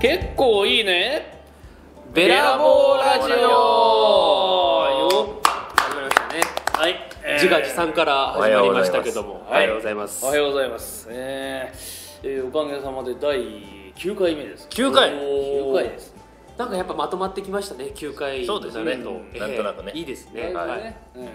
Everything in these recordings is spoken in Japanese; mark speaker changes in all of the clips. Speaker 1: 結構いいねベラボーラジオよ
Speaker 2: 始まりましたね、
Speaker 1: はい、えー
Speaker 2: 自画自賛から始まりましたけども
Speaker 1: お
Speaker 2: おは
Speaker 1: は
Speaker 2: よ
Speaker 1: ようご
Speaker 2: うご
Speaker 1: ざ
Speaker 2: ざ
Speaker 1: い
Speaker 2: い
Speaker 1: ま
Speaker 2: ますす、
Speaker 1: おはようございますえーえーおかげさまで第9回目です
Speaker 2: 9回
Speaker 1: 9回です
Speaker 2: なんかやっぱまとまってきましたね9回
Speaker 3: そうですね
Speaker 2: になると
Speaker 3: うんなんとなくね
Speaker 2: いいですね
Speaker 1: だいぶ
Speaker 2: はい
Speaker 1: ねうんいや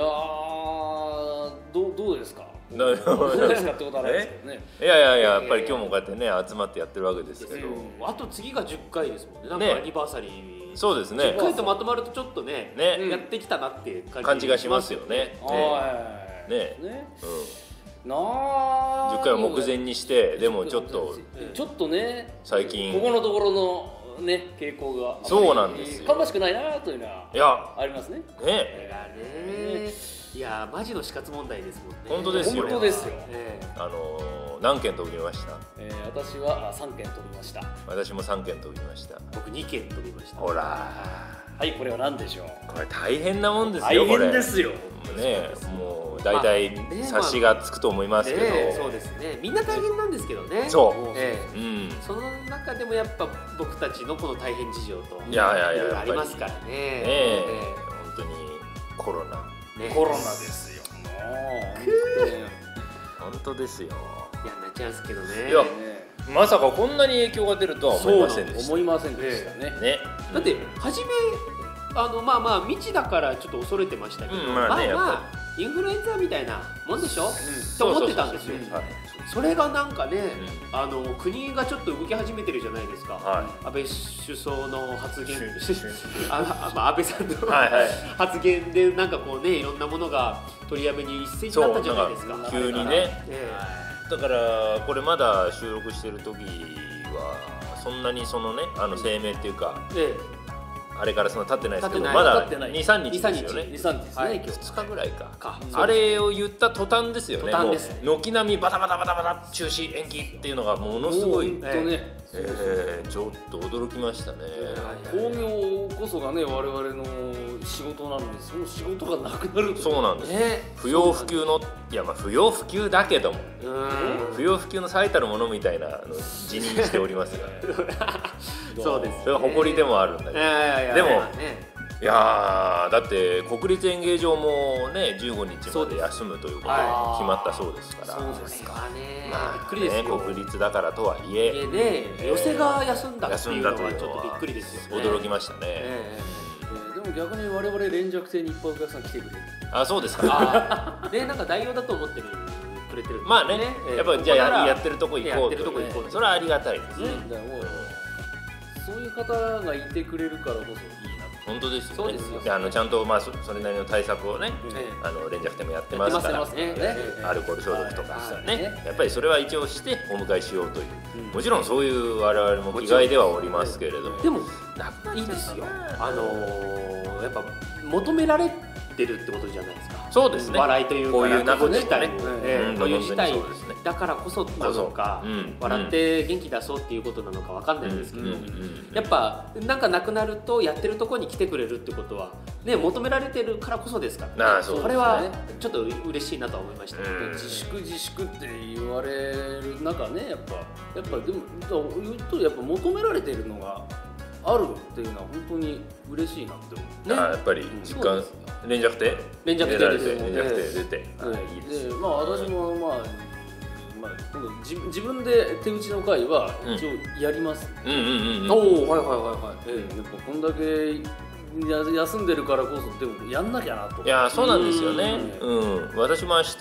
Speaker 1: ーどうどうですか
Speaker 3: ど
Speaker 1: どう
Speaker 3: う
Speaker 1: ですかってことはないですけ どね
Speaker 3: いやいやいややっぱり今日もこうやってね集まってやってるわけですけど
Speaker 2: うんあと次が10回ですもんねなん
Speaker 3: ね
Speaker 2: かアニバーサリー、
Speaker 3: そうですね
Speaker 2: 10回とまとまるとちょっとね
Speaker 3: ね
Speaker 2: やってきたなっていう感じ
Speaker 3: 感じがしますよねね
Speaker 1: はい
Speaker 3: ね
Speaker 1: ね
Speaker 3: うん
Speaker 1: なあ
Speaker 3: 10回を目前にしてでもちょっと
Speaker 1: ちょっとね
Speaker 3: 最近
Speaker 1: ここのところのね傾向が
Speaker 3: そうなんですよ
Speaker 1: 芳しくないなというのはい
Speaker 3: や
Speaker 1: ありますね
Speaker 2: こ
Speaker 3: ね
Speaker 2: れがねいやーマジの死活問題ですもんね
Speaker 3: 本当ですよ
Speaker 1: 本当ですよ
Speaker 2: ええ
Speaker 3: あのー何件飛びました
Speaker 1: えー私はあ3件取りました
Speaker 3: 私も3件飛びました
Speaker 2: 僕2件飛びました
Speaker 3: ほら
Speaker 1: はいこれは何でしょう
Speaker 3: これ大変なもんです
Speaker 1: 大
Speaker 3: よこれ
Speaker 1: 変ですよ
Speaker 3: ねもう大体
Speaker 2: まあね
Speaker 3: 察しがつくと思いますけど
Speaker 2: ねえそうですねみんな大変なんですけどね
Speaker 3: そう
Speaker 2: ええ
Speaker 3: うん
Speaker 2: その中でもやっぱ僕たちのこの大変事情と
Speaker 3: いやいやいや
Speaker 2: ろろ
Speaker 3: や
Speaker 2: あ
Speaker 3: っぱり
Speaker 2: りますからね
Speaker 3: ねえ
Speaker 2: え
Speaker 3: 本当にコロナ
Speaker 2: えね
Speaker 1: コロナですよも
Speaker 3: 本当ですよ
Speaker 2: いやなっちゃうんですけどね
Speaker 3: いや
Speaker 1: うね
Speaker 3: まさかこんなに影響が出るとは思いませんでした
Speaker 1: 思いませんでしたね
Speaker 3: ね
Speaker 2: だって初めあのまあまあ未知だからちょっと恐れてましたけど、
Speaker 3: うん
Speaker 2: まあ
Speaker 3: まあ
Speaker 2: まあ
Speaker 3: ね
Speaker 2: インフルエンザみたいなもんでしょと
Speaker 3: そう
Speaker 2: 思っ
Speaker 3: そうそう
Speaker 2: てたんですよ
Speaker 3: はい
Speaker 2: それがなんかね、あの国がちょっと動き始めてるじゃないですか、
Speaker 3: は
Speaker 2: 安倍首相の発言
Speaker 3: い
Speaker 2: あ、あまあ、安倍さんの、
Speaker 3: はいはい
Speaker 2: 発言でなんかこうねいろんなものが取りやめに一斉にな
Speaker 3: そ
Speaker 2: った
Speaker 3: う
Speaker 2: じゃな
Speaker 3: ないん
Speaker 2: ですか
Speaker 3: か急にね
Speaker 2: え
Speaker 3: だからこれまだ収録してる時はそんなにそのねあの声明っていうか
Speaker 2: ええ
Speaker 3: あれからそんな経ってないですけど
Speaker 2: 経って
Speaker 3: ま
Speaker 2: ない
Speaker 3: だ
Speaker 1: 経ってない
Speaker 3: 23日ですよ
Speaker 2: 23
Speaker 3: ね
Speaker 1: 二三日ですね、
Speaker 2: はい
Speaker 1: 今日
Speaker 3: 2日ぐらいか
Speaker 2: えか
Speaker 3: あれを言った途端ですよね
Speaker 2: 途端です
Speaker 3: もう軒並みバタバタバタバタ中止延期っていうのがものすごい
Speaker 1: 本、当ね、
Speaker 3: えーちょっと驚きましたね、
Speaker 1: 工業こそがね我々の仕事なのにその仕事がなくなると
Speaker 3: そうなんです、
Speaker 2: ね
Speaker 3: 不要不急のいやまあ不要不急だけども
Speaker 2: うーん
Speaker 3: 不要不急の最たるものみたいなのを辞任しております が
Speaker 2: そうですね
Speaker 3: それは誇りでもあるんだけど、
Speaker 2: ええ
Speaker 3: でも
Speaker 2: ね
Speaker 3: いやーだって国立演芸場もね15日
Speaker 2: そ
Speaker 3: ま
Speaker 2: うで
Speaker 3: です休むということで決
Speaker 2: はい
Speaker 3: まったそうですから
Speaker 1: そう
Speaker 2: こ
Speaker 1: で
Speaker 2: れ
Speaker 1: す
Speaker 2: はね、
Speaker 3: まあ
Speaker 2: びっくりですよ、
Speaker 3: ね国立だからとはい
Speaker 2: いえ
Speaker 3: え
Speaker 2: ね
Speaker 3: ええ
Speaker 2: 寄せが休んだって
Speaker 3: 休
Speaker 2: い
Speaker 3: ん
Speaker 2: うの
Speaker 3: だ
Speaker 2: はちょ
Speaker 3: とい
Speaker 2: っ
Speaker 3: うの
Speaker 2: とびっ
Speaker 3: は
Speaker 2: くりですよね
Speaker 3: 驚きましたね、
Speaker 2: え
Speaker 1: えーでも逆に我々連弱性にいっぱいお客さん来てくれる
Speaker 3: あそうです
Speaker 2: え
Speaker 3: か
Speaker 2: ああねなんか代用だと思ってるくれてるんですよ
Speaker 3: まあね
Speaker 2: ええ
Speaker 3: やっぱりじ
Speaker 2: こ
Speaker 3: ゃあ
Speaker 2: こな
Speaker 3: や
Speaker 2: ら
Speaker 3: やってるとこ行こう
Speaker 2: やってるとこ行こう
Speaker 3: それはありがたいですね、
Speaker 1: だからもうそういう方がいてくれるからこそいいなと
Speaker 3: 本当ですよね
Speaker 2: そうですよ
Speaker 3: であのちゃんと、まあ、そそれなりの対策をね、
Speaker 2: ええ
Speaker 3: あの連弱店もやってますから
Speaker 2: やってますねええ
Speaker 3: アルコール消毒とか
Speaker 2: はい
Speaker 3: ね、
Speaker 1: はい
Speaker 3: やっぱりそれは一応してお迎えしようという、
Speaker 1: うん
Speaker 3: もちろんそういう我々も着替えではおりますけれども、
Speaker 2: でも
Speaker 3: なくなっちゃったない
Speaker 2: いですよあのーやっぱ求められてるってことじゃないですか
Speaker 3: そうですね
Speaker 2: 笑いというか
Speaker 3: こういう
Speaker 2: 落語自体
Speaker 3: ね
Speaker 2: も
Speaker 1: うん
Speaker 2: ええ
Speaker 3: うん
Speaker 2: こういう事態
Speaker 3: 本当にそうですね
Speaker 2: だからこそなのか
Speaker 3: そうそううん
Speaker 2: 笑って元気出そうっていうことなのかわかんないんですけど
Speaker 3: うんうんうん
Speaker 2: やっぱなんかなくなるとやってるとこに来てくれるってことはね求められてるからこそですからね
Speaker 3: なあそうですね
Speaker 2: これはちょっと嬉しいなとは思いました
Speaker 3: うん
Speaker 1: 自粛自粛って言われる中ねやっぱやっぱでもだから言うとやっぱ求められてるのがあるっていうのは本当に嬉しいなって思う
Speaker 3: あーやっぱり実
Speaker 1: そう
Speaker 3: 感
Speaker 1: です
Speaker 3: 連弱点
Speaker 2: 連弱
Speaker 3: 出
Speaker 2: 点
Speaker 3: られ
Speaker 2: です
Speaker 3: て
Speaker 2: よね
Speaker 3: 連弱点出て、あーいいです
Speaker 1: で
Speaker 3: よ
Speaker 1: まあ私もまあ、まあ、今度自自分で手打ちの会は一応やります、
Speaker 3: うんうんうんうん
Speaker 2: おおはいはいはいはい
Speaker 1: ええやっぱこんだけや休んでるからこそでもやんなきゃなと
Speaker 3: いやーそうなんですよね
Speaker 1: う
Speaker 3: うん、私も明日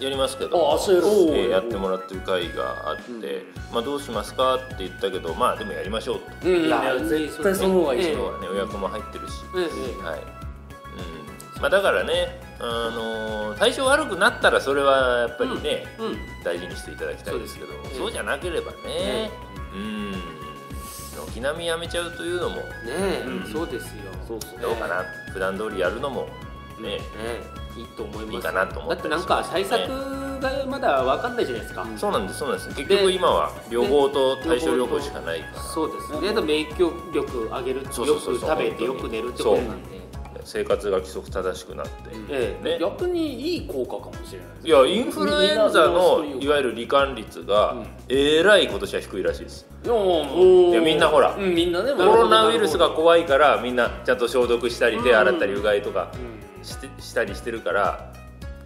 Speaker 3: やりますけど
Speaker 1: あ明日やる
Speaker 3: えーやってもらってる会があって、まあ、どうしますかって言ったけどまあでもやりましょうと、
Speaker 1: うん
Speaker 2: いや
Speaker 1: 絶対その方がいい
Speaker 2: え
Speaker 1: です
Speaker 2: え
Speaker 3: 今
Speaker 1: よ
Speaker 3: 日はね予約も入ってるし、
Speaker 2: ええ
Speaker 3: はいうんまあ、だからね、あのー対象悪くなったらそれはやっぱりね、
Speaker 2: うん
Speaker 3: 大事にしていただきたいですけどそう
Speaker 2: です
Speaker 3: じゃなければね、
Speaker 2: え
Speaker 3: うん軒並みやめちゃうというのも
Speaker 2: ねえ、
Speaker 3: うん
Speaker 2: そうですよ。
Speaker 1: そうそう
Speaker 3: どうかな、普段通りやるのもね、
Speaker 2: ねえ、いいと思います。
Speaker 3: いいかなと思
Speaker 2: だ
Speaker 3: っ
Speaker 2: って
Speaker 3: た
Speaker 2: な
Speaker 3: り
Speaker 2: ん
Speaker 3: しま
Speaker 2: か
Speaker 3: すね
Speaker 2: 対策がまだわかんないじゃないですか。
Speaker 1: ん
Speaker 3: そうなんですそうなんです結局今は両方と対症療法しかないから
Speaker 2: そうですね。免疫力上げる、
Speaker 3: そうそうそう
Speaker 2: よく食べてよく寝るって
Speaker 3: そ
Speaker 2: こ
Speaker 3: う
Speaker 2: となんで。
Speaker 3: え生活が規則正しくなって、
Speaker 2: え
Speaker 3: ね
Speaker 1: 逆にいい効果かもしれないです
Speaker 3: いやインフルエンザの
Speaker 1: みんなそういう
Speaker 3: いわゆる罹患率が、
Speaker 1: うん
Speaker 3: えらい今年は低いらしいです
Speaker 1: いやもう
Speaker 2: お
Speaker 3: いやみんなほら、
Speaker 1: うんみんなね
Speaker 3: コロナウイルスが
Speaker 1: こ
Speaker 3: 怖いからみんなちゃんと消毒したり手
Speaker 2: うん
Speaker 3: 洗ったりうがいとか
Speaker 1: う、うん
Speaker 3: してしたりしてるから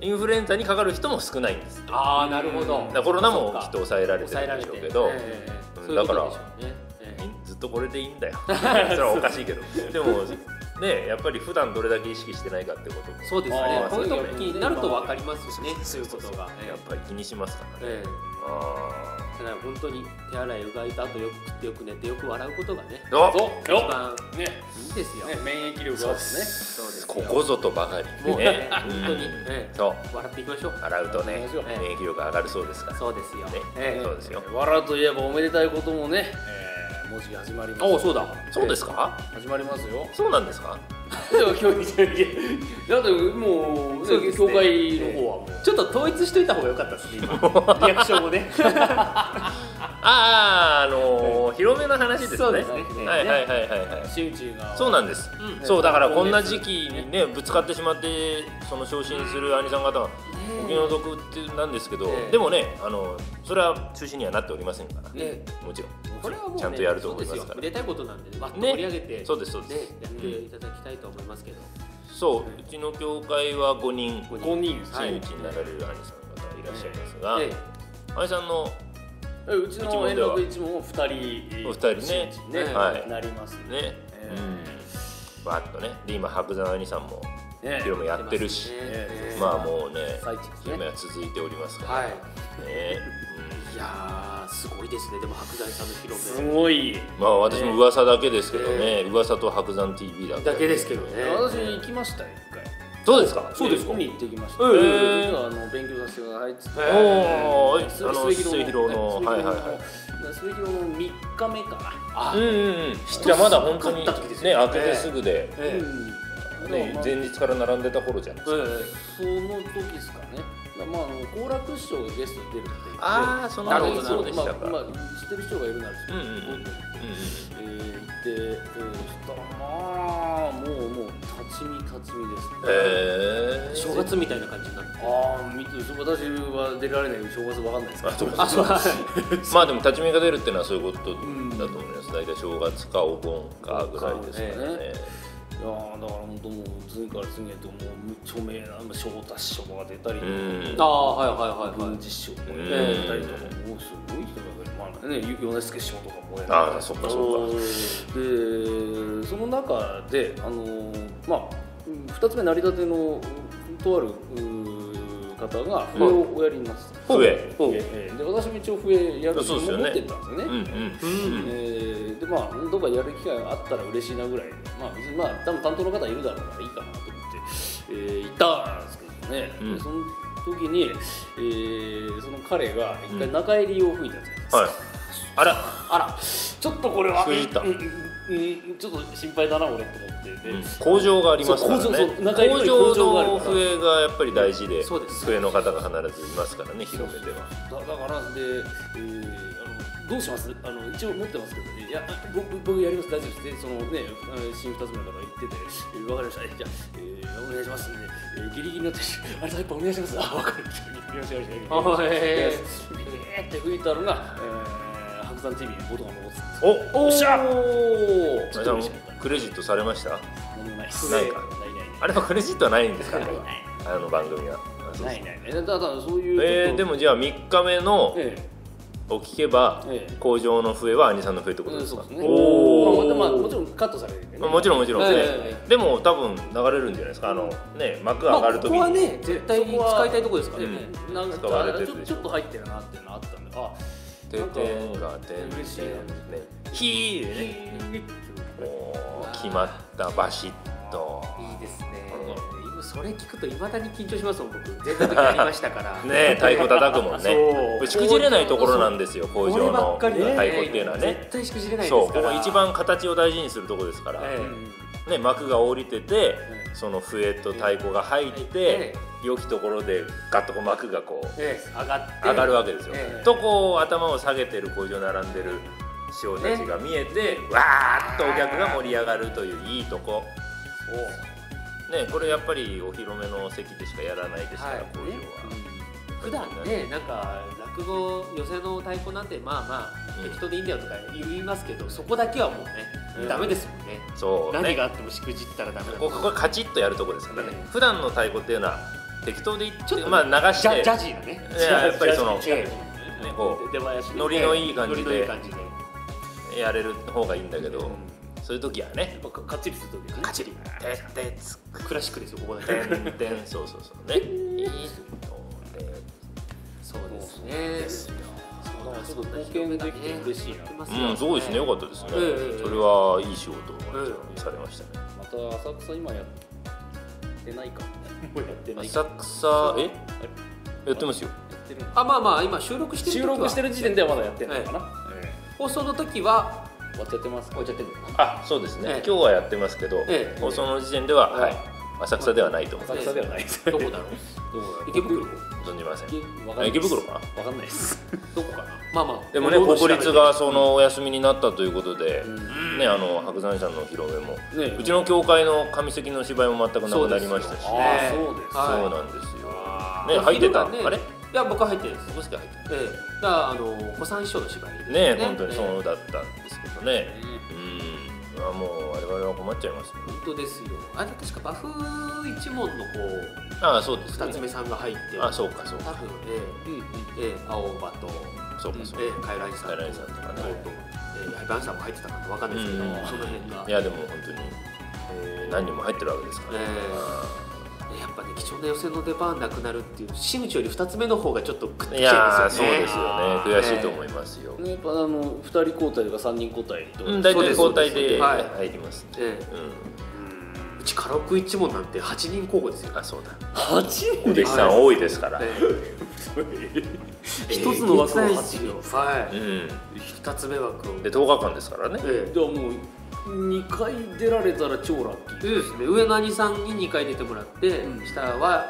Speaker 3: インフルエンザにかかる人も少ないんです
Speaker 2: ああなるほど
Speaker 1: だ
Speaker 3: だからコロナも
Speaker 2: そっ
Speaker 3: き
Speaker 2: か
Speaker 3: っと抑えられて
Speaker 2: 抑えら
Speaker 3: るん
Speaker 2: れ
Speaker 3: でしてょう
Speaker 2: る
Speaker 3: けど、
Speaker 2: ええ
Speaker 3: うん
Speaker 2: そういうこと
Speaker 3: だ
Speaker 2: で
Speaker 3: か
Speaker 2: しょうねええ
Speaker 3: ずっとこれでいいんだよ それはおかしいけどでもねやっぱり普段どれだけ意識してないかってことも
Speaker 2: そうですね
Speaker 1: あー
Speaker 2: こういう
Speaker 1: そういう
Speaker 2: 時
Speaker 1: こと
Speaker 2: になると分かりますしねそういうことが
Speaker 3: や
Speaker 2: え
Speaker 3: っぱり気にしますからね、
Speaker 2: ええ
Speaker 3: あ
Speaker 2: えだから本当に手洗いうがいとあとよく食ってよく寝てよく笑うことがね
Speaker 3: ーあ
Speaker 1: そう
Speaker 2: 一
Speaker 1: よ
Speaker 2: 番
Speaker 1: ね
Speaker 2: いいですよ
Speaker 1: ね免疫力があってね
Speaker 2: そうですよ
Speaker 3: ここぞとばかり
Speaker 2: もうね
Speaker 3: ね
Speaker 2: 本当に
Speaker 3: うん
Speaker 2: ええ
Speaker 3: そう
Speaker 2: 笑っていきましょう
Speaker 3: 洗うとね
Speaker 1: そう
Speaker 2: ですよ
Speaker 3: 免疫力上がるそうですから
Speaker 2: そうですよ
Speaker 3: ね
Speaker 2: ええ
Speaker 3: そうですよ
Speaker 1: 笑うといえばおめでたいこともね、えー、もうじき始まります
Speaker 2: おうそうだ
Speaker 3: そうですか
Speaker 1: 始まりますよ
Speaker 3: そうなんですか
Speaker 1: でも今日だってもう
Speaker 2: そうですね
Speaker 1: 教会の方はもう、
Speaker 2: ちょっと統一しといた方が良かったですね今 リアクションもね
Speaker 3: あああのー広めの話ですね
Speaker 2: そうですね
Speaker 3: はいはいはいはいはい
Speaker 1: 真打ちが
Speaker 3: そうなんです、
Speaker 2: うん
Speaker 3: そうだからこんな時期にねぶつかってしまってその昇進する兄さん方がお気の毒ってなんですけど、
Speaker 2: ええ
Speaker 3: でもねあのそれは中止にはなっておりませんから、
Speaker 2: ね
Speaker 3: もちろん
Speaker 2: これはもう、ね、
Speaker 3: ちゃんとやると思います
Speaker 2: そう
Speaker 3: か
Speaker 2: ですよめ
Speaker 3: ら
Speaker 2: でたいことなんでねわっと
Speaker 3: ね
Speaker 2: 盛り上げて、
Speaker 3: そうですそうです
Speaker 2: ねやっていただきたいと思いますけど、
Speaker 3: そううちの教会は5人
Speaker 2: ここに
Speaker 1: 5人です、
Speaker 2: はい
Speaker 3: 真打ちになられる兄さん方がいらっしゃいますが、
Speaker 2: え
Speaker 3: 兄さんの
Speaker 1: えうち
Speaker 3: うちも
Speaker 1: の
Speaker 3: では
Speaker 1: 円楽一門も2人
Speaker 3: お二人
Speaker 1: 真
Speaker 3: ね
Speaker 1: 打ちにね、
Speaker 3: はい
Speaker 1: なりますね
Speaker 3: ね、
Speaker 1: え
Speaker 3: うんわっとねで今白山兄さんも
Speaker 1: ね
Speaker 3: 広めやってるし、
Speaker 2: ね
Speaker 1: ええ
Speaker 3: まあもうね
Speaker 1: 最中です
Speaker 3: 広め
Speaker 1: ね
Speaker 3: は続いておりますから、
Speaker 2: はい
Speaker 3: ね、
Speaker 2: いやーすごいですねでも白山さんの広
Speaker 1: す
Speaker 2: め
Speaker 1: ごい、
Speaker 3: うんまあ私も噂だけですけどね、噂と白山 TV だけ
Speaker 2: だけですけどね
Speaker 1: 私行きましたよ一回
Speaker 3: そうですか
Speaker 1: 見に
Speaker 3: え
Speaker 1: 行ってきました、
Speaker 3: ええ
Speaker 1: ちょっとあの勉強させてくださいっつって、
Speaker 2: え
Speaker 3: おー
Speaker 1: え末
Speaker 3: あの
Speaker 1: 広末
Speaker 3: 末広の
Speaker 1: 広の
Speaker 3: はいはいはい
Speaker 1: 末広の3日目か
Speaker 2: あ
Speaker 3: うんうんうんじゃあまだ本当に
Speaker 2: 人少なかった時です
Speaker 3: ね
Speaker 2: よね
Speaker 3: 明けてすぐで、
Speaker 1: な、
Speaker 2: ええ
Speaker 1: うん
Speaker 3: ね
Speaker 1: まあ
Speaker 3: 前日から並んでた頃じゃないですか、
Speaker 1: その時ですかね。だまああの好楽師匠がゲストに出るって言って、
Speaker 3: あそ
Speaker 2: なるほど
Speaker 1: まあ
Speaker 2: そう
Speaker 3: でし
Speaker 1: ま
Speaker 3: た
Speaker 1: あ
Speaker 3: か、
Speaker 1: まあ知ってる人がいるなら
Speaker 3: うんうんうんうんうん
Speaker 1: えー、行って、えー、そしたらまあもうもう立ち見立ち見ですね。
Speaker 3: えー、
Speaker 2: 正月みたいな感じになって
Speaker 1: ああ見てそう私は出られない正月わかんないですから。
Speaker 3: あそう まあでも立ち見が出るっていうのはそういうことだと思います、大体正月かお盆かぐらいですからね
Speaker 1: ねいやーだから本当もう次から次へともう無著名なまあ翔太師匠が出たりと
Speaker 3: う
Speaker 1: か。
Speaker 2: あ
Speaker 3: ん
Speaker 2: あはいはいはいは
Speaker 1: 文
Speaker 2: い
Speaker 1: 治師匠も
Speaker 3: う
Speaker 1: 出
Speaker 3: ん
Speaker 1: たりとかもうすごい人ばかり、まあね、ゆ米助師匠とかもね
Speaker 3: ああそっかそっか
Speaker 1: でその中で、あのーまあ、2つ目成り立てのとあるうー方が笛をおやりになってた、
Speaker 3: うん笛
Speaker 1: ほうええで私も一応笛やる
Speaker 3: そうですよね
Speaker 1: 持ってたんですよね、
Speaker 3: うんうんうん
Speaker 1: えーでまあどっかやる機会があったら嬉しいなぐらいでまあ別にまあ多分担当の方いるだろうからいいかなと思って、えー行ったんですけどね、
Speaker 3: うん
Speaker 1: でその時に、えーその彼が一回中入りを吹いたじゃないですか、
Speaker 3: はいあら
Speaker 1: あらちょっとこれは
Speaker 3: 吹いた
Speaker 1: うんうんうんうんちょっと心配だな俺と思ってで、
Speaker 3: 工場がありますからね
Speaker 1: そう工場そう中入り
Speaker 3: 工
Speaker 1: に
Speaker 3: 場
Speaker 1: 工場がある
Speaker 3: の
Speaker 1: から
Speaker 3: 笛がやっぱり大事で
Speaker 2: そうです
Speaker 3: 笛の方が必ずいますからね広めでは
Speaker 1: だだからで、えーあのどうしますあの一応持ってますけどねいや僕僕やります大丈夫ですでそのねあの新二つ目の方が言ってて、えー、わかりましたえじゃあ、えーお願いしますんで、えーギリギリの私あれタイプお願いしますあわかりましたよろしくお願いします
Speaker 2: あへえ
Speaker 1: えーって吹いたのが、えー、白山 TV にボトが残ってた
Speaker 3: お
Speaker 1: おっしゃ
Speaker 3: お
Speaker 1: ちょっと嬉しかった
Speaker 3: クレジットされました
Speaker 1: 何もないです
Speaker 3: ないか
Speaker 1: ないないない
Speaker 3: あれはクレジットはないんですかね
Speaker 1: ないない
Speaker 3: あの番組はあそう
Speaker 1: ないないないだだからそういう
Speaker 3: えー、で
Speaker 1: も
Speaker 3: もじゃあ3日目の
Speaker 1: ええ
Speaker 3: を聞けば、
Speaker 1: ええ
Speaker 3: 工場の笛は兄さんの笛ってこと
Speaker 1: う
Speaker 3: で
Speaker 1: ん
Speaker 3: す
Speaker 1: そう
Speaker 3: か、
Speaker 1: ですね
Speaker 3: おー
Speaker 1: まあまあもちろんカットされるけどね
Speaker 3: まあもちろんもちろん、
Speaker 2: ええ
Speaker 3: ね
Speaker 2: え
Speaker 3: でも多分流れるんじゃないですかあのね幕上がるときに、
Speaker 2: まあここはね絶対に使いたいとこですからね、
Speaker 3: う
Speaker 1: なんか
Speaker 3: 使われてるでしょ
Speaker 1: ちょちょっと入ってるなっていうのあったんであ
Speaker 3: てんてんがてんてん
Speaker 1: 嬉しい
Speaker 3: ねひーでねおー決まったバシッ と
Speaker 2: いいですね
Speaker 3: う
Speaker 2: 今それ聞くといまだに緊張しますもん僕全然やりましたから
Speaker 3: ね太鼓叩くもん
Speaker 2: そう
Speaker 3: ねこれしくじれないところなんですよ工
Speaker 2: これ
Speaker 3: 場
Speaker 2: ば
Speaker 3: の
Speaker 2: っか
Speaker 3: 太
Speaker 2: りはね
Speaker 3: 鼓っていうのはね
Speaker 2: 絶対しくじれない
Speaker 3: そ
Speaker 2: で
Speaker 3: う
Speaker 2: す
Speaker 3: こ
Speaker 2: から
Speaker 3: こ一番形を大事にするとこですから、
Speaker 2: ええ
Speaker 3: ね、幕が降りてて、
Speaker 1: う
Speaker 3: その笛と太鼓が入って、
Speaker 2: え
Speaker 3: 良きところでガッとこう幕がこう
Speaker 2: ええ上がって
Speaker 3: 上がるわけですよ、
Speaker 2: ええ
Speaker 3: とこう頭を下げてる工場並んでる師匠たちが見えて、わーっとお客が盛り上がるといういいとこねこれやっぱりお披露目の席でしかやらないですから、
Speaker 2: はい
Speaker 3: こういうのは、
Speaker 2: 普段ねなんか落語寄席の太鼓なんてまあまあ適当でいいんだよとか言いますけどそこだけはもうね、
Speaker 1: うん
Speaker 2: ダメですもんね
Speaker 3: そう
Speaker 2: 何
Speaker 3: ね
Speaker 2: があってもしくじったらダメだ
Speaker 3: こここれカチッとやるとこですからね、
Speaker 2: ね
Speaker 3: 普段の太鼓っていうのは適当でい
Speaker 2: ちょっと
Speaker 3: まあ流
Speaker 2: ジ
Speaker 3: し
Speaker 2: ャ
Speaker 3: て
Speaker 2: ジャジーだね
Speaker 3: いややっぱりその
Speaker 2: ジャジー
Speaker 3: ねこう
Speaker 1: 出囃子
Speaker 3: ノリのいい感じで
Speaker 2: ノリのいい感じで
Speaker 3: やれる方がいいんだけど、
Speaker 2: うん
Speaker 3: そういう時はね
Speaker 1: やっぱかっちりする時にね
Speaker 3: カチリ「てってつ
Speaker 2: クラシックですよここだけ
Speaker 3: てんてん」そうそうそうねいいの
Speaker 2: そうですね
Speaker 3: ですよ
Speaker 1: だからちょっと貢献できて嬉しいな
Speaker 2: やってますよ
Speaker 3: うんそうですねよかったですね、
Speaker 2: うん
Speaker 3: それはいい仕事をされましたね、
Speaker 1: また浅草今やってないか もうやってないか
Speaker 3: 浅草えやってますよ
Speaker 1: やってるの
Speaker 2: あまあまあ今収録してる時
Speaker 1: 収
Speaker 2: は
Speaker 1: 録してる時点ではまだやってないのかな、え
Speaker 2: 放送の時は
Speaker 1: え終わっちゃってますか
Speaker 2: 終わっちゃってるのかな
Speaker 3: あそうですね、
Speaker 2: ええ
Speaker 3: 今日はやってますけど、
Speaker 2: ええ
Speaker 3: 放送の時点では、
Speaker 2: ええ
Speaker 3: はい浅草ではないと思う
Speaker 1: 浅草ではないです
Speaker 2: どこ
Speaker 1: ど
Speaker 2: だろう
Speaker 1: こだ
Speaker 2: 池袋
Speaker 3: 存じません
Speaker 1: わかんな
Speaker 3: あ
Speaker 1: い
Speaker 3: 池
Speaker 1: です
Speaker 3: 袋かな
Speaker 1: わかんないです
Speaker 2: どこかなまあまあ
Speaker 3: でもね
Speaker 2: どう調
Speaker 3: 国
Speaker 2: べて
Speaker 3: 立がそのお休みになったということで、
Speaker 1: ん
Speaker 3: ねあの白山さんのお披露目も、
Speaker 1: ね
Speaker 3: うちの教会の上関の芝居も全くなくなりましたし
Speaker 1: ああそうです
Speaker 2: はい
Speaker 3: そうなんですよ
Speaker 1: あ
Speaker 3: ね入ってた、
Speaker 2: ね
Speaker 3: あれ
Speaker 2: いや僕は入ってるんです
Speaker 3: 僕しか入ってない
Speaker 2: ええだからあの小さん師匠の芝居です
Speaker 3: ね本当に
Speaker 2: ええ
Speaker 3: そうだったんですけどね、
Speaker 1: ー
Speaker 3: うんあもう我々は困っちゃいますよ
Speaker 2: 本当ですよあれ確か馬風一門のこう
Speaker 3: ああそうですね
Speaker 2: 二つ目さんが入って
Speaker 3: あそうかそうか
Speaker 2: 多分え
Speaker 1: うんうん
Speaker 2: えええ青葉と
Speaker 3: そうかそうか、
Speaker 2: ええ海来さん
Speaker 3: 海来さんとかね
Speaker 2: ええ八重番さんも入ってたかなわかんないですけど
Speaker 3: うん
Speaker 2: その辺が
Speaker 3: いやでも本当に、えー何人も入ってるわけですからね、
Speaker 2: ええやっぱね貴重な寄せの出番なくなるっていう真打ちより二つ目の方がちょっとグッとき
Speaker 3: い
Speaker 2: ちゃ
Speaker 3: や
Speaker 2: い
Speaker 3: ー
Speaker 2: ます
Speaker 3: そう
Speaker 2: よね
Speaker 3: ですよね
Speaker 1: ええ
Speaker 3: 悔しいと思いますよ、
Speaker 1: ねやっぱあの2人交代とか3人交代とか
Speaker 3: うん、大
Speaker 2: そうで
Speaker 3: 体
Speaker 2: す
Speaker 3: 交代
Speaker 2: そうで
Speaker 3: です
Speaker 2: はい
Speaker 3: 入ります、
Speaker 2: ええ
Speaker 3: う
Speaker 2: うちカラオケ一門なんて八人候補ですよ
Speaker 3: ん、あそうだ
Speaker 1: 8
Speaker 3: お
Speaker 1: 人
Speaker 3: 弟子さん多いですから、
Speaker 2: え え
Speaker 1: 一つの枠を
Speaker 2: ええ
Speaker 1: 八人
Speaker 2: は
Speaker 3: う
Speaker 2: い
Speaker 3: ん
Speaker 2: 二つ目枠を
Speaker 3: で10日間ですからね、
Speaker 2: ええ
Speaker 1: じゃあもう2回出られたら超ラッキー
Speaker 2: そうですね上の兄さんに2回出てもらって、
Speaker 1: うん
Speaker 2: 下は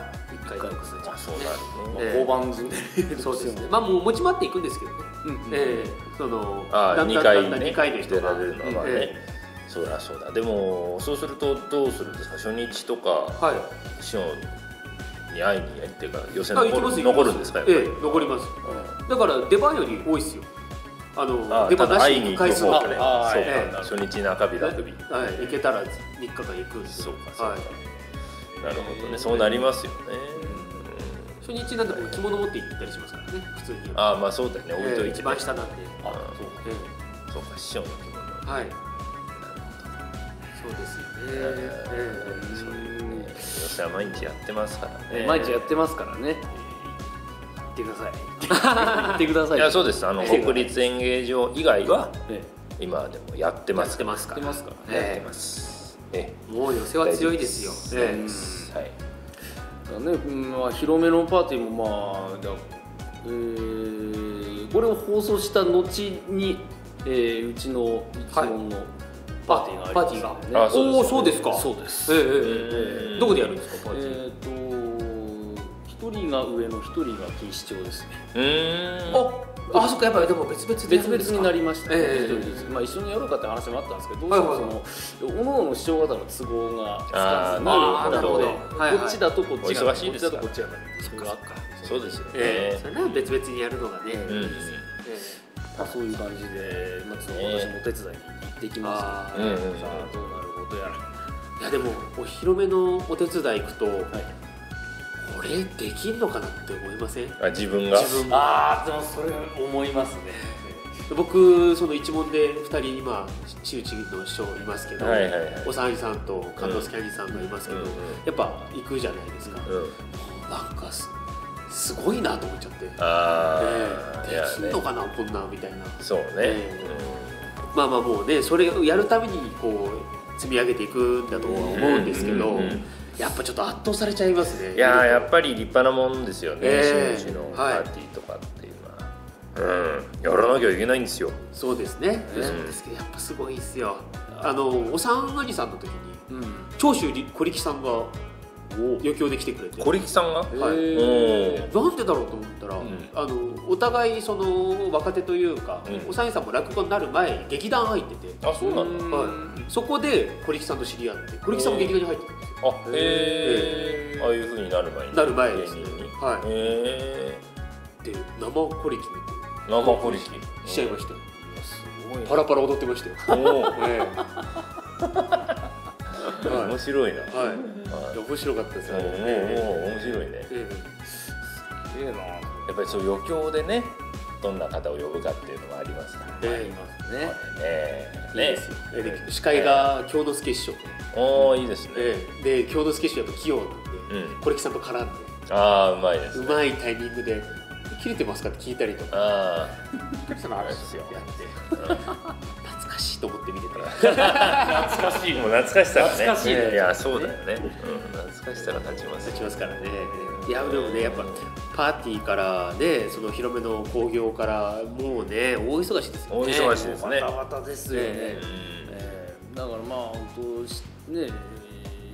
Speaker 2: 1回告する
Speaker 3: あそうなるね、
Speaker 2: ええ
Speaker 1: 交番順で
Speaker 2: そうですねまあもう持ち回っていくんですけどね、
Speaker 1: うん
Speaker 2: ええその
Speaker 3: あ
Speaker 2: だ
Speaker 3: あ
Speaker 2: ん
Speaker 3: 2
Speaker 2: だん
Speaker 3: 回
Speaker 2: だんだん
Speaker 3: ね
Speaker 2: 二回の人
Speaker 3: 出ら
Speaker 2: が
Speaker 3: れるのはね、
Speaker 2: え
Speaker 3: そりゃそうだでもそうするとどうするんですか初日とか
Speaker 2: はい
Speaker 3: 師匠に会いにっていうか予選
Speaker 2: あ行
Speaker 3: 残
Speaker 2: きます
Speaker 3: る
Speaker 2: 行きま
Speaker 3: 残るんですかやっぱり、
Speaker 2: ええ残りますだから出番より多いですよあの
Speaker 3: あ
Speaker 2: 出番
Speaker 3: ただ
Speaker 2: なし
Speaker 3: 会い
Speaker 2: に
Speaker 3: に
Speaker 2: 行く
Speaker 3: 行く
Speaker 2: 回数が
Speaker 3: 方かね
Speaker 1: ああ
Speaker 3: そう
Speaker 2: え
Speaker 3: か、初日中日ラグビー
Speaker 2: はい、行けたら3日間行くんで
Speaker 3: そうかそうか、
Speaker 2: はい、
Speaker 3: なるほどねそうなりますよね、
Speaker 2: 初日なんて僕着物持って行ったりしますからね普通に
Speaker 3: ああまあそうだよね置いといて、
Speaker 2: ええ一番下なんで、
Speaker 1: あそうか
Speaker 2: え
Speaker 3: そうか師匠の着物
Speaker 2: えはいそうですよね、ええ
Speaker 3: そういうね寄せは毎日やってますからね、
Speaker 1: 毎日やってますからね
Speaker 2: 行ってください
Speaker 1: 行ってください
Speaker 3: いやそうですあの
Speaker 2: ええ
Speaker 3: 国立演芸場以外は
Speaker 1: ね
Speaker 3: 今でもやってま
Speaker 2: やっ
Speaker 3: す
Speaker 2: て
Speaker 3: から
Speaker 2: ますか
Speaker 1: やって
Speaker 2: ら
Speaker 1: ますからね
Speaker 3: やって
Speaker 2: え
Speaker 3: ますえ
Speaker 2: えもう寄せは強いですよ
Speaker 3: え
Speaker 2: ええ
Speaker 3: はい
Speaker 1: だね、うんまあ、広めのパーティーもまあだ、えーこれを放送した後に、えーうちの一門のパーティーがあります
Speaker 2: パーティー
Speaker 3: があ
Speaker 2: おお
Speaker 3: そ
Speaker 2: そうう
Speaker 3: で
Speaker 2: ですす
Speaker 3: か
Speaker 2: か
Speaker 1: そうです、
Speaker 2: えええええ
Speaker 3: うん
Speaker 2: えどこでやるんですか
Speaker 1: え
Speaker 2: パーティー
Speaker 1: ーと1人が上の1人が錦糸町ですね
Speaker 3: うーん
Speaker 2: ああそっかやっぱりでも別々でや
Speaker 1: 別
Speaker 2: るんです
Speaker 1: 々
Speaker 2: か
Speaker 1: になりましたね、
Speaker 2: ええ
Speaker 1: 一人ずつまあ、一緒にやろうかって話もあったんですけど、
Speaker 2: はいはい
Speaker 1: どうしてもそのおのおの師匠方の都合がつかずに
Speaker 3: あ
Speaker 2: ーなるほどはいはい
Speaker 1: こっちだとこっちが
Speaker 3: お忙しいですから
Speaker 1: こっちだとこっち
Speaker 2: そっ
Speaker 1: が
Speaker 2: か
Speaker 1: な
Speaker 2: そっ
Speaker 1: い
Speaker 2: か
Speaker 3: そうですよね、
Speaker 2: ええそれなら別々にやるのがね、
Speaker 1: ええ
Speaker 3: うん
Speaker 2: え
Speaker 1: まあ、そういう感じで、まあ、その
Speaker 3: ええ
Speaker 1: 私もお手伝いに行ってき
Speaker 2: え
Speaker 1: ました、
Speaker 2: あ
Speaker 3: う
Speaker 2: あ
Speaker 3: んうん
Speaker 1: さあどうなることやら、はい
Speaker 2: やでもお披露目のお手伝い行くとこれできんのかなって思いません
Speaker 3: あ自分が
Speaker 2: 自分も
Speaker 1: ああでもそれ思いますね
Speaker 2: 僕その一問で2人今周知の師匠いますけど、
Speaker 3: はいはいはい
Speaker 2: おさはぎさんと神之助兄さんがいますけど、
Speaker 3: うんうん
Speaker 2: やっぱ行くじゃないですか、
Speaker 3: うん
Speaker 2: なんかすすごいなと思っちゃって、
Speaker 3: ああ、
Speaker 2: ええできんの
Speaker 3: いやね
Speaker 2: かなこんなんみたいな
Speaker 3: そうね、
Speaker 2: えまあまあもうねそれをやるためにこう積み上げていくんだとは思うんですけど、
Speaker 3: うんうんうんうん
Speaker 2: やっぱちょっと圧倒されちゃいますね
Speaker 3: いやーや
Speaker 2: っ
Speaker 3: っぱり立派なもんですよね、
Speaker 2: ええ
Speaker 3: 真打ちのパーティーとかっていうのは、うんやらなきゃいけないんですよ
Speaker 2: そうですね、
Speaker 3: うん
Speaker 2: そうですけどやっぱすごいですよあのおさん兄さんの時に
Speaker 1: うん
Speaker 2: 長州力小力さんが余興で来てくれて
Speaker 3: 小力さんが、
Speaker 2: はい
Speaker 1: えー
Speaker 2: なんでだろうと思ったら、
Speaker 3: ん
Speaker 2: あのお互いその若手というか、
Speaker 3: うん
Speaker 2: おさんさんも落語家になる前劇団入ってて
Speaker 3: あそうなんだ
Speaker 1: うん
Speaker 2: はいそこで小力さんと知り合って小力さんも劇団に入ってたんですよ
Speaker 3: あへえああいう風になる前に
Speaker 2: なる前です
Speaker 3: 芸
Speaker 2: ね
Speaker 3: 人にへ
Speaker 2: は
Speaker 3: え
Speaker 2: いで生小力見て
Speaker 3: 生ポリシ
Speaker 2: しちゃいましたよ
Speaker 1: すごい
Speaker 2: パラパラ踊ってましたよ
Speaker 3: たおお
Speaker 2: ええはい
Speaker 3: 面白いな
Speaker 2: はい
Speaker 3: はい
Speaker 2: いや面白かったです
Speaker 3: お
Speaker 2: ね
Speaker 3: お面白い
Speaker 2: え
Speaker 3: ね
Speaker 2: え
Speaker 1: ええな
Speaker 3: やっぱりそう余興でねどんな方を呼ぶかっていうのもありますからね
Speaker 2: ええ
Speaker 1: ね
Speaker 3: え
Speaker 2: いいですよええで司会が京之助師匠で、
Speaker 3: おおいいですね、
Speaker 2: ええで京之助師匠やっぱ器用なんで、
Speaker 3: うん
Speaker 2: 小力さんと絡んで
Speaker 3: ああうまいです
Speaker 2: う
Speaker 3: ね
Speaker 2: まいタイミングで「切れてますか?」って聞いたりとか
Speaker 3: あ
Speaker 2: その
Speaker 3: ああ
Speaker 2: あ
Speaker 3: れ
Speaker 2: れ
Speaker 3: ですよ
Speaker 2: やって懐かしいと思って見てた
Speaker 3: 懐かしいもう懐かしさがね
Speaker 1: 懐かしいね
Speaker 3: いやそうだよね、うん、懐かしさが立ちます
Speaker 2: 立ちますからねいやでもねやっぱパーティーからねその広めの興行からもうね大忙しですよね
Speaker 3: 大忙しいですね
Speaker 1: わたわたですよね、
Speaker 2: え
Speaker 3: うん
Speaker 1: えーだからまあ本当しねえー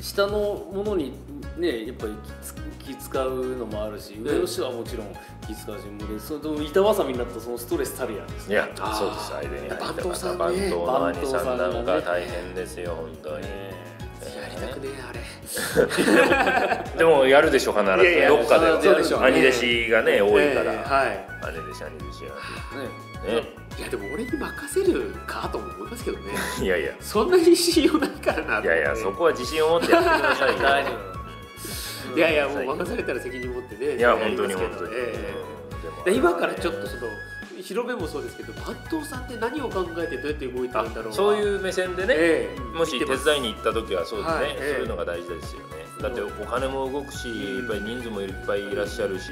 Speaker 1: 下のものにねやっぱり気つ気使うのもあるし上の人はもちろん気使うし、もうねそれとも板挟みになったそのストレスたるやんです
Speaker 3: いや
Speaker 2: あー
Speaker 3: そうです間に入った
Speaker 2: 番頭さんね
Speaker 3: 番頭の
Speaker 1: 番
Speaker 3: 兄さんなん
Speaker 1: 頭さんが
Speaker 3: か
Speaker 1: ね
Speaker 3: 大変ですよ本当に、
Speaker 1: ね
Speaker 2: やりたくねえあれ
Speaker 3: でもやるでしょ必ず
Speaker 2: いやいや
Speaker 3: どっかでは
Speaker 1: そうでしょうね
Speaker 3: 兄弟子がね多いから、
Speaker 2: ええは
Speaker 3: 兄弟子兄弟子
Speaker 1: ね
Speaker 3: はね
Speaker 2: いいやでも俺に任せるかとも思いますけどね
Speaker 3: いやいや
Speaker 2: そんなに信用ないからない
Speaker 3: やいやそこは自信を持ってやってくださいよ
Speaker 1: 大丈夫
Speaker 2: いやいやもう任されたら責任持ってね
Speaker 3: いや
Speaker 2: り
Speaker 3: 本当
Speaker 2: ます
Speaker 3: に
Speaker 2: けど
Speaker 3: 本当に、
Speaker 2: ええ
Speaker 3: うん
Speaker 2: で今からちょっとその広めもそうですけど番頭さんって何を考えてどうやって動いてるんだろう
Speaker 3: あそういうう目線でね、
Speaker 2: え
Speaker 3: もし手伝いに行った時はそうですね、
Speaker 2: はい
Speaker 3: そういうのが大事ですよね、だってお金も動くし、やっぱり人数もいっぱいいらっしゃるし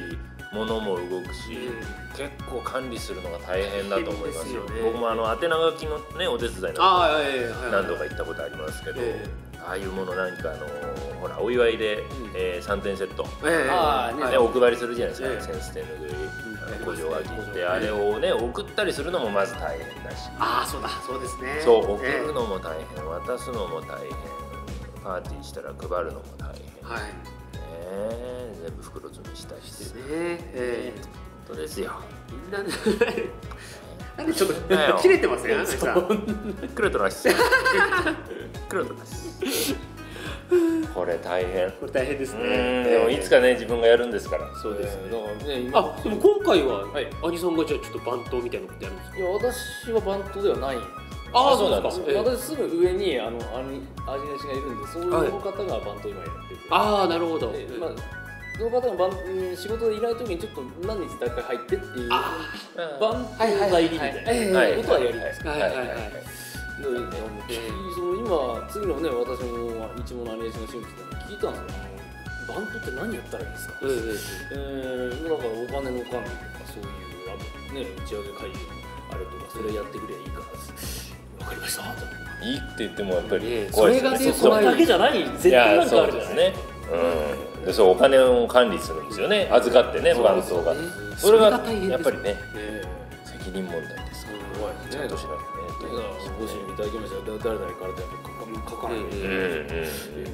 Speaker 3: 物も動くし、結構管理するのが大変だと思いますよ
Speaker 2: 大変ですよね
Speaker 3: 僕もあの宛名書きのねお手伝いの
Speaker 2: ああええはい
Speaker 3: 何度か行ったことありますけど、
Speaker 2: え
Speaker 3: ああいうものなんかあのほらお祝いで、
Speaker 1: ん
Speaker 3: え3点セット、
Speaker 2: ええ
Speaker 1: ああね
Speaker 3: ね、お配りするじゃないですか、
Speaker 2: ええ
Speaker 3: センス手ぬぐい
Speaker 1: ん
Speaker 3: あの五条秋っ
Speaker 1: ええ
Speaker 3: てあれをね送ったりするのもまず大変だし、
Speaker 2: ああそうだそうですね
Speaker 3: そう送
Speaker 2: ええ
Speaker 3: るのも大変渡すのも大変パーティーしたら配るのも大変、ね
Speaker 2: はい
Speaker 3: え全部袋詰めしたりして
Speaker 2: ねええ
Speaker 3: 本当ですよ
Speaker 2: みんななんでちょっ と切れてませんあのさん
Speaker 3: 黒とな し黒となしこれ大変う
Speaker 2: これ大変ですね
Speaker 3: ーんでもいつかね自分がやるんですから
Speaker 1: そうですね、だからね今
Speaker 2: あでも今回は
Speaker 1: はい
Speaker 2: 兄さんがじゃあちょっと番頭みたいなことやるんですか
Speaker 1: いや私はバントではないんです
Speaker 2: あ
Speaker 3: あそうなんです
Speaker 1: よ
Speaker 3: ええ
Speaker 1: 私すぐ上にあの兄味弟子がいるんでそういう
Speaker 2: はい
Speaker 1: 方がバント今やってて、
Speaker 2: ああなるほど
Speaker 1: でまあ、その方がバンうん仕事でいない時にちょっと何日大会入ってっていう
Speaker 2: あ
Speaker 1: バントの代理みた
Speaker 2: はい
Speaker 1: い
Speaker 2: はい
Speaker 1: な
Speaker 2: は
Speaker 1: はいいことはやりたいです
Speaker 2: あはいはいはい
Speaker 1: ででその今次のね私も一問のアニメーションの新規で聞いたんですよあのバントって何やったらいいんですか、
Speaker 2: うんうん
Speaker 1: えー、だからお金の管理とかそういうあのね打ち上げ会議のあれとかそれやってくればいいからわかりましたと思って
Speaker 3: いいって言ってもやっぱ
Speaker 2: ね
Speaker 3: り
Speaker 2: え
Speaker 3: 怖いですよね
Speaker 2: そ
Speaker 1: そ
Speaker 2: れがね
Speaker 3: う
Speaker 1: れだけじゃない絶対
Speaker 3: いや
Speaker 1: なんかあ
Speaker 3: そう
Speaker 1: るじ
Speaker 3: で
Speaker 1: ゃな
Speaker 3: す
Speaker 1: い
Speaker 3: ねうんでそうお金を管理するんですよね預かってね番頭が
Speaker 2: そ
Speaker 3: それ
Speaker 2: れ
Speaker 3: が
Speaker 2: が大変です
Speaker 3: やっぱりね
Speaker 1: ええ
Speaker 3: 責任問題ですか
Speaker 1: 怖い
Speaker 3: ら
Speaker 1: ね
Speaker 3: ちゃんとしない
Speaker 1: ご
Speaker 3: とね
Speaker 1: 指名いただきました。だ誰々からでも書か書かないように。
Speaker 3: うん
Speaker 1: えーとえ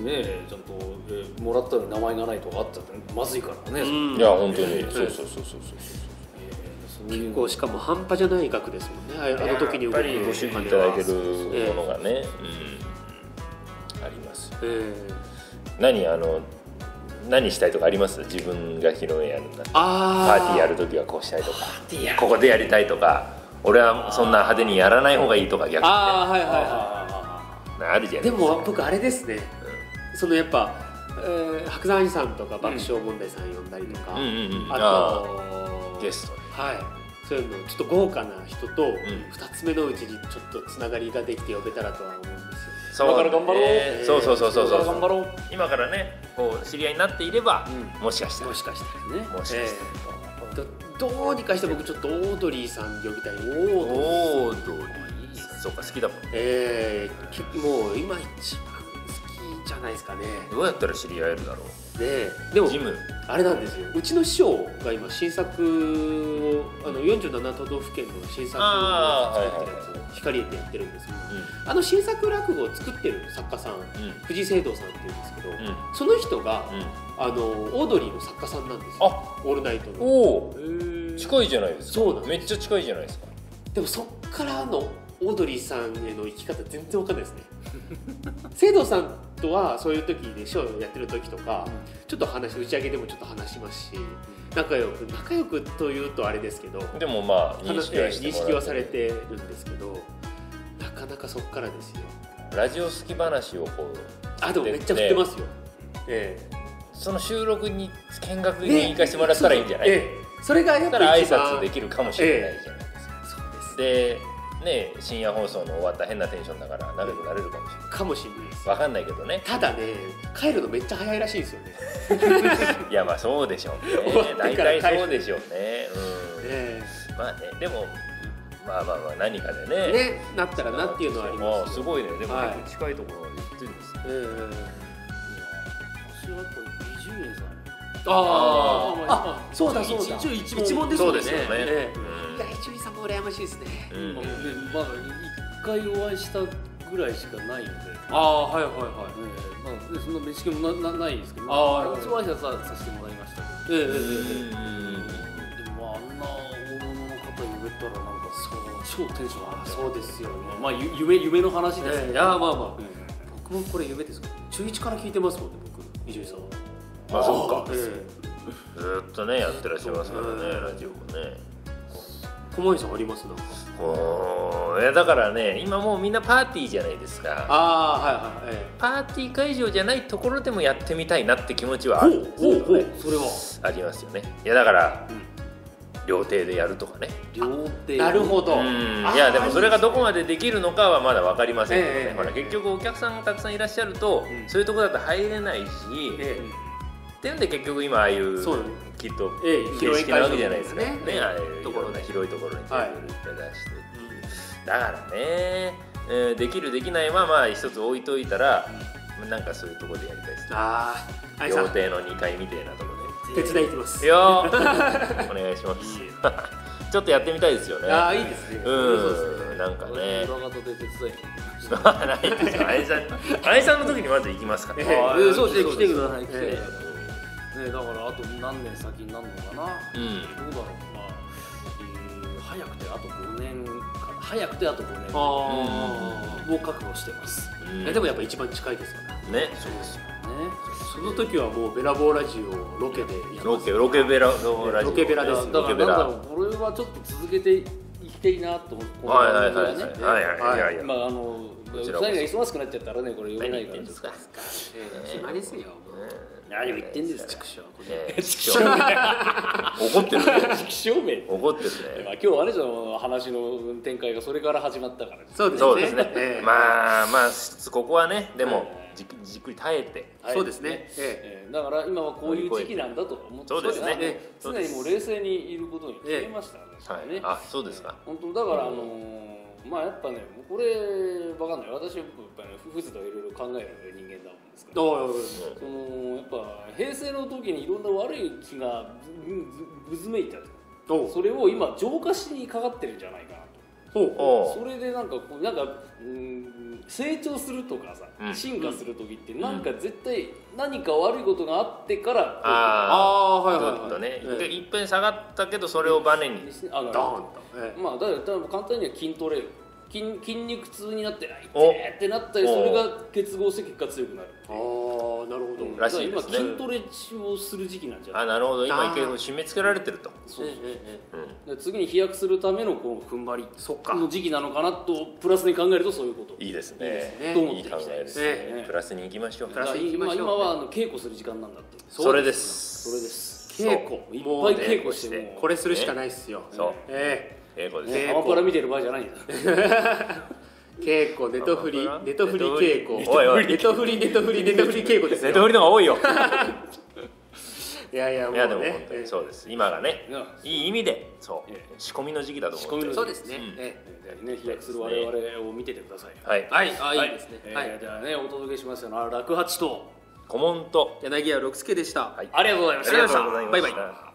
Speaker 1: ーでねえちゃんと、えーもらったのに名前がないとかあったらまずいからね。
Speaker 3: うんんいや本当に
Speaker 1: ええ
Speaker 3: そうそうそうそう
Speaker 1: えーそういう
Speaker 2: 結構しかも半端じゃない額ですもんねああの時に
Speaker 3: やっ
Speaker 2: 動
Speaker 3: ぱ
Speaker 2: く
Speaker 3: りご主人いただけるものがねうんあります
Speaker 2: ええ
Speaker 3: 何あの何したいとかあります自分が披露宴やるんだったらパ
Speaker 2: あ
Speaker 3: ーティーやる
Speaker 2: と
Speaker 3: ときはこうしたいとかここでやりたいとか俺はそんな派手にやらない方がいいとか逆に
Speaker 2: ああはいはいは
Speaker 1: あ
Speaker 3: あるじゃ
Speaker 2: い
Speaker 3: な
Speaker 2: で
Speaker 3: いですか
Speaker 2: も僕あれですねそのやっぱ、えー、白山兄さんとか爆笑問題さん呼んだりとか、
Speaker 3: うんうんうん
Speaker 2: あ
Speaker 3: あ
Speaker 2: と
Speaker 3: ーゲストね
Speaker 2: はいそういうのちょっと豪華な人と
Speaker 3: ん
Speaker 2: 二つ目のうちにちょっとつながりができて呼べたらとは思うんですよね
Speaker 3: そう
Speaker 1: だから頑張ろう
Speaker 3: ねそうそうそうそうそう
Speaker 1: だから頑張ろう
Speaker 3: 今からねこう知り合いになっていれば、もしかしたら
Speaker 2: もしかしたら
Speaker 1: ーね。
Speaker 3: もしかしたら、
Speaker 2: どどうにかして僕ちょっとオードリーさん呼びたいオードリー
Speaker 3: オードリーそうか好きだもん
Speaker 2: えーきもう今一番好きじゃないですかね
Speaker 3: どうやったら知り合えるだろ
Speaker 2: ででも
Speaker 3: うジム
Speaker 2: あれなんですようちの師匠が今新作をあの47都道府県の新作を作ってるやつを光栄てやってるんですよあの新作落語を作ってる作家さん
Speaker 3: うんうん
Speaker 2: 藤井聖堂さんっていうんですけど、
Speaker 3: うん
Speaker 2: その人が、
Speaker 3: うん
Speaker 2: あのオードリーの作家さんなんですよ
Speaker 3: あ
Speaker 2: オールナイトの
Speaker 3: おお
Speaker 2: へー
Speaker 3: 近いじゃないですか
Speaker 2: そうなん
Speaker 3: め
Speaker 2: で
Speaker 3: っちゃ近いじゃないですか
Speaker 2: でもそっからのオードリーさんへの生き方全然わかんないですね 聖堂さんとはそういう時でショーをやってる時とか、ちょっと話打ち上げでもちょっと話しますし仲良く仲良くというとあれですけど
Speaker 3: でもまあ認
Speaker 2: 話
Speaker 3: 識は
Speaker 2: え
Speaker 3: し
Speaker 2: 認
Speaker 3: てもらっ
Speaker 2: 識はされてるんですけどなかなかそっからですよ
Speaker 3: ラジオ好き話をこう
Speaker 2: あでもめっちゃ振ってますよ、え
Speaker 3: その収録に見学
Speaker 2: え
Speaker 3: に行かせてもらったらいいんじゃない、
Speaker 2: ええそれがや
Speaker 3: だ
Speaker 2: っ
Speaker 3: か
Speaker 2: ぱ
Speaker 3: ら
Speaker 2: り
Speaker 3: 挨
Speaker 2: 一番
Speaker 3: 拶できるかもしれないじゃないですか、
Speaker 2: そうです
Speaker 3: でね深夜放送の終わった変なテンションだから仲良くなれるかもしれない
Speaker 2: かもしれないです
Speaker 3: わかんないけどね
Speaker 2: ただね帰るのめっちゃ早いらしいんですよね
Speaker 3: いやまあそうでしょうね
Speaker 2: 終わっ
Speaker 3: 大
Speaker 2: てから帰る
Speaker 3: 体そうでしょう ね、うん
Speaker 2: え
Speaker 3: まあねでもまあまあまあ何かで
Speaker 2: え
Speaker 3: ね
Speaker 2: ねなったらなっていうのはありますすよ
Speaker 3: ごいねでも
Speaker 2: はい
Speaker 3: 結構近いところまで言ってるんですね、
Speaker 2: うん
Speaker 1: 私はやっぱ伊集院さん
Speaker 2: あー
Speaker 1: あ
Speaker 2: あそうだそうだ
Speaker 1: 一応一問
Speaker 3: そうですよね
Speaker 2: ねえ
Speaker 3: うん
Speaker 2: いや一味さんも羨ましいですね
Speaker 3: うん
Speaker 1: まあねまあ一回お会いしたぐらいしかないので
Speaker 2: ああはいはいは
Speaker 1: ええまあ、でそんな面識もななないですけど、
Speaker 2: あー
Speaker 1: ま一応挨拶はさせてもらいましたけ
Speaker 2: えええ
Speaker 3: うん
Speaker 1: ど、でも、まあ、あんな大物の方に言えたら、なんか、そう、超テンション上が
Speaker 2: あ
Speaker 1: っ
Speaker 2: そううですよね
Speaker 1: まあ、ゆ夢夢の話です
Speaker 2: ええい
Speaker 1: けど、
Speaker 2: やまあまあ
Speaker 1: うん
Speaker 2: 僕もこれ夢ですけど中1から聞いてますもんね僕伊集院さんは
Speaker 3: まあそっか
Speaker 2: え
Speaker 3: ずっとねやってらっしゃいますから
Speaker 2: う
Speaker 3: ね
Speaker 2: ん
Speaker 3: ラジオもね
Speaker 2: え小前さんありますなんか
Speaker 3: こういやだからね今もうみんなパーティーじゃないですか
Speaker 2: ああはいはいえ
Speaker 3: パーティー会場じゃないところでもやってみたいなって気持ちはあ
Speaker 2: ほ
Speaker 3: る
Speaker 2: うほうほうそれは
Speaker 3: ありますよねいやだから、料亭でやるとかね
Speaker 1: 両手
Speaker 2: なるほど
Speaker 3: うんいやでもそれがどこまでできるのかはまだ分かりませんけどね、
Speaker 2: ええ
Speaker 3: ほら結局お客さんがたくさんいらっしゃると、
Speaker 2: うん
Speaker 3: そういうとこだと入れないし、
Speaker 2: え
Speaker 3: っていうんで結局今ああいう
Speaker 2: そう
Speaker 3: きっと
Speaker 2: ええ
Speaker 3: 形式なわけじゃないですか
Speaker 2: 広い会場ですね
Speaker 3: ねああいう
Speaker 2: ところで
Speaker 3: 広いところにテ
Speaker 2: はい
Speaker 3: ーブルいっぱい出して、だからね、えーできるできないはまあ一つ置いといたら、なんかそういうところでやりたいですね
Speaker 2: ああ愛さ
Speaker 3: 料
Speaker 2: ん
Speaker 3: 亭の2階みたいなとこ
Speaker 2: 手伝い行きます
Speaker 3: でい やーお願いします ちょっとやってみたいですよね
Speaker 2: ああいいですねそうです
Speaker 3: うん
Speaker 2: ね
Speaker 3: なんか ね
Speaker 1: 裏方で手伝いに
Speaker 3: ないですよ。あいさん、あいさんの時にまず行きますから。
Speaker 2: え
Speaker 1: あ
Speaker 2: え
Speaker 1: ー
Speaker 2: えそうです
Speaker 1: 来て来てください来て
Speaker 2: ええ
Speaker 1: ね、だからあと何年先になるのかな、
Speaker 3: うん。
Speaker 1: どうだろう、まあえー早くてあと5年かな早くてあと5年も
Speaker 2: あ
Speaker 1: う覚悟してます、ね、
Speaker 2: あでもやっぱ一番近いですから
Speaker 3: ね、そうですよ。
Speaker 2: その時はもうベラボーラジオをロケでやり
Speaker 3: ロ
Speaker 2: ます
Speaker 3: ケ、ロケベラのラジオ。
Speaker 2: ロケベラ
Speaker 1: だ
Speaker 2: です
Speaker 1: か
Speaker 2: よ
Speaker 1: らな
Speaker 3: ロケ
Speaker 1: ん
Speaker 3: ベ
Speaker 1: だ
Speaker 3: ラ。
Speaker 1: ろうこれはちょっと続けていきたいなと思って
Speaker 3: はいはいはいはい。
Speaker 1: この
Speaker 3: はいはいはいはい。
Speaker 1: まああの
Speaker 3: こ
Speaker 1: 二
Speaker 3: ち
Speaker 1: 人
Speaker 3: ら
Speaker 1: が
Speaker 3: こそ
Speaker 1: 忙しくなっちゃったらねこれ読めないから
Speaker 3: 何言ってんですか
Speaker 2: ええ暇ですよ
Speaker 1: 何を言ってんです
Speaker 2: 畜
Speaker 1: か
Speaker 2: 生
Speaker 3: え ー
Speaker 1: 畜生名
Speaker 3: 怒ってるね。
Speaker 1: 畜生名
Speaker 3: 怒ってる
Speaker 1: ま
Speaker 3: ね。
Speaker 1: あ今日あれじゃん話の展開がそれから始まったからね
Speaker 2: そうですね
Speaker 3: そうです
Speaker 2: え
Speaker 3: ね。
Speaker 2: え
Speaker 3: まあまあここはね、でもじっくりじっくり耐えて。
Speaker 1: はい
Speaker 2: そうですねえ
Speaker 1: えーだから今はこういう時期なんだと思って
Speaker 3: そうですね
Speaker 1: ね
Speaker 3: そ
Speaker 1: 常
Speaker 3: うです
Speaker 1: にもう冷静にいることに決めましたね
Speaker 3: はい。あ、そうですか。
Speaker 1: 本当だからあのーまあやっぱねもうこれわかんない私やっぱね夫婦といろいろ考える人間だもんですから
Speaker 2: どう
Speaker 1: そのやっぱ平成の時にいろんな悪い気がぶぶぶずめいたと
Speaker 2: どう
Speaker 1: それを今浄化しにかかってるんじゃないかなと
Speaker 2: ほう
Speaker 3: お
Speaker 1: そ
Speaker 3: お。
Speaker 1: れでなんかこうなんかうーん成長するとかさ、
Speaker 3: うん
Speaker 1: 進化する時ってなんか絶対何か悪いことがあってから、
Speaker 2: あ
Speaker 3: あ
Speaker 2: あ
Speaker 3: あ。
Speaker 2: はいはい
Speaker 3: ちょ
Speaker 2: は
Speaker 3: っ
Speaker 2: い
Speaker 3: とね、
Speaker 2: ええ
Speaker 3: 一遍下がったけどそれをバネに。
Speaker 1: あの
Speaker 2: ドーンとええ
Speaker 1: まあだからだから簡単には筋トレよ筋筋肉痛になってない
Speaker 3: お
Speaker 1: ってってなったり
Speaker 3: お
Speaker 1: それが結合して結果強くなる
Speaker 2: ああなるほど
Speaker 1: うん
Speaker 3: らしいですね
Speaker 1: だから今筋トレをする時期なんじゃない
Speaker 3: あ、なるほど。今結構締め付けられてると。
Speaker 1: そう
Speaker 2: ええええ
Speaker 3: うん。
Speaker 1: だから次に飛躍するためのこう踏ん張り
Speaker 2: そっか
Speaker 1: の時期なのかなとプラスに考えるとそういうこと
Speaker 3: いいです
Speaker 2: いいですね
Speaker 3: ね。
Speaker 1: と
Speaker 3: い
Speaker 1: 思っ
Speaker 3: い
Speaker 1: てい
Speaker 3: 考
Speaker 1: きた
Speaker 3: え
Speaker 1: い
Speaker 3: で
Speaker 1: ですす
Speaker 3: ね
Speaker 1: ね。
Speaker 3: プラスに行きましょう。
Speaker 2: プラスに行きま
Speaker 1: 今
Speaker 2: しょう
Speaker 1: 今はあの稽古する時間なんだって
Speaker 3: それです。
Speaker 1: それです
Speaker 2: 稽古
Speaker 1: いっ
Speaker 2: もう
Speaker 1: ぱい
Speaker 2: ね
Speaker 1: 稽古してもう
Speaker 2: これするしかないっすよ
Speaker 3: そう
Speaker 2: え
Speaker 3: 英語です
Speaker 1: ね
Speaker 2: 稽
Speaker 3: ね。
Speaker 2: 古
Speaker 1: アマプラ見てる場合じゃないんだ
Speaker 2: え稽古ネトフリ
Speaker 3: アマプラ
Speaker 2: ネトフリ稽古
Speaker 3: ネトフリおいおい
Speaker 2: ネトフリネトフリネトフリ稽古です
Speaker 3: ネット
Speaker 2: よ
Speaker 3: フリの方が多いよ。
Speaker 2: いやいやも
Speaker 3: いうやでも
Speaker 2: ね
Speaker 3: 本当
Speaker 2: え
Speaker 3: に
Speaker 2: え
Speaker 3: そうです。今がね
Speaker 1: いや、
Speaker 3: いい意味で、そう
Speaker 1: ええ
Speaker 3: 仕込みの時期だと思う。
Speaker 1: 仕込みの
Speaker 2: そうですね
Speaker 3: うん
Speaker 2: ええ
Speaker 1: ね飛躍する我々を見ててください
Speaker 3: はい。
Speaker 2: はいあ
Speaker 1: はい
Speaker 2: いですねは
Speaker 1: はいいではねお届けしましたのは楽八と
Speaker 3: コモンと
Speaker 2: 柳家六輔でした
Speaker 3: はい
Speaker 1: ありがとうございました
Speaker 2: ありがとうございました
Speaker 3: ありがとうございました
Speaker 2: バイバ
Speaker 3: イ。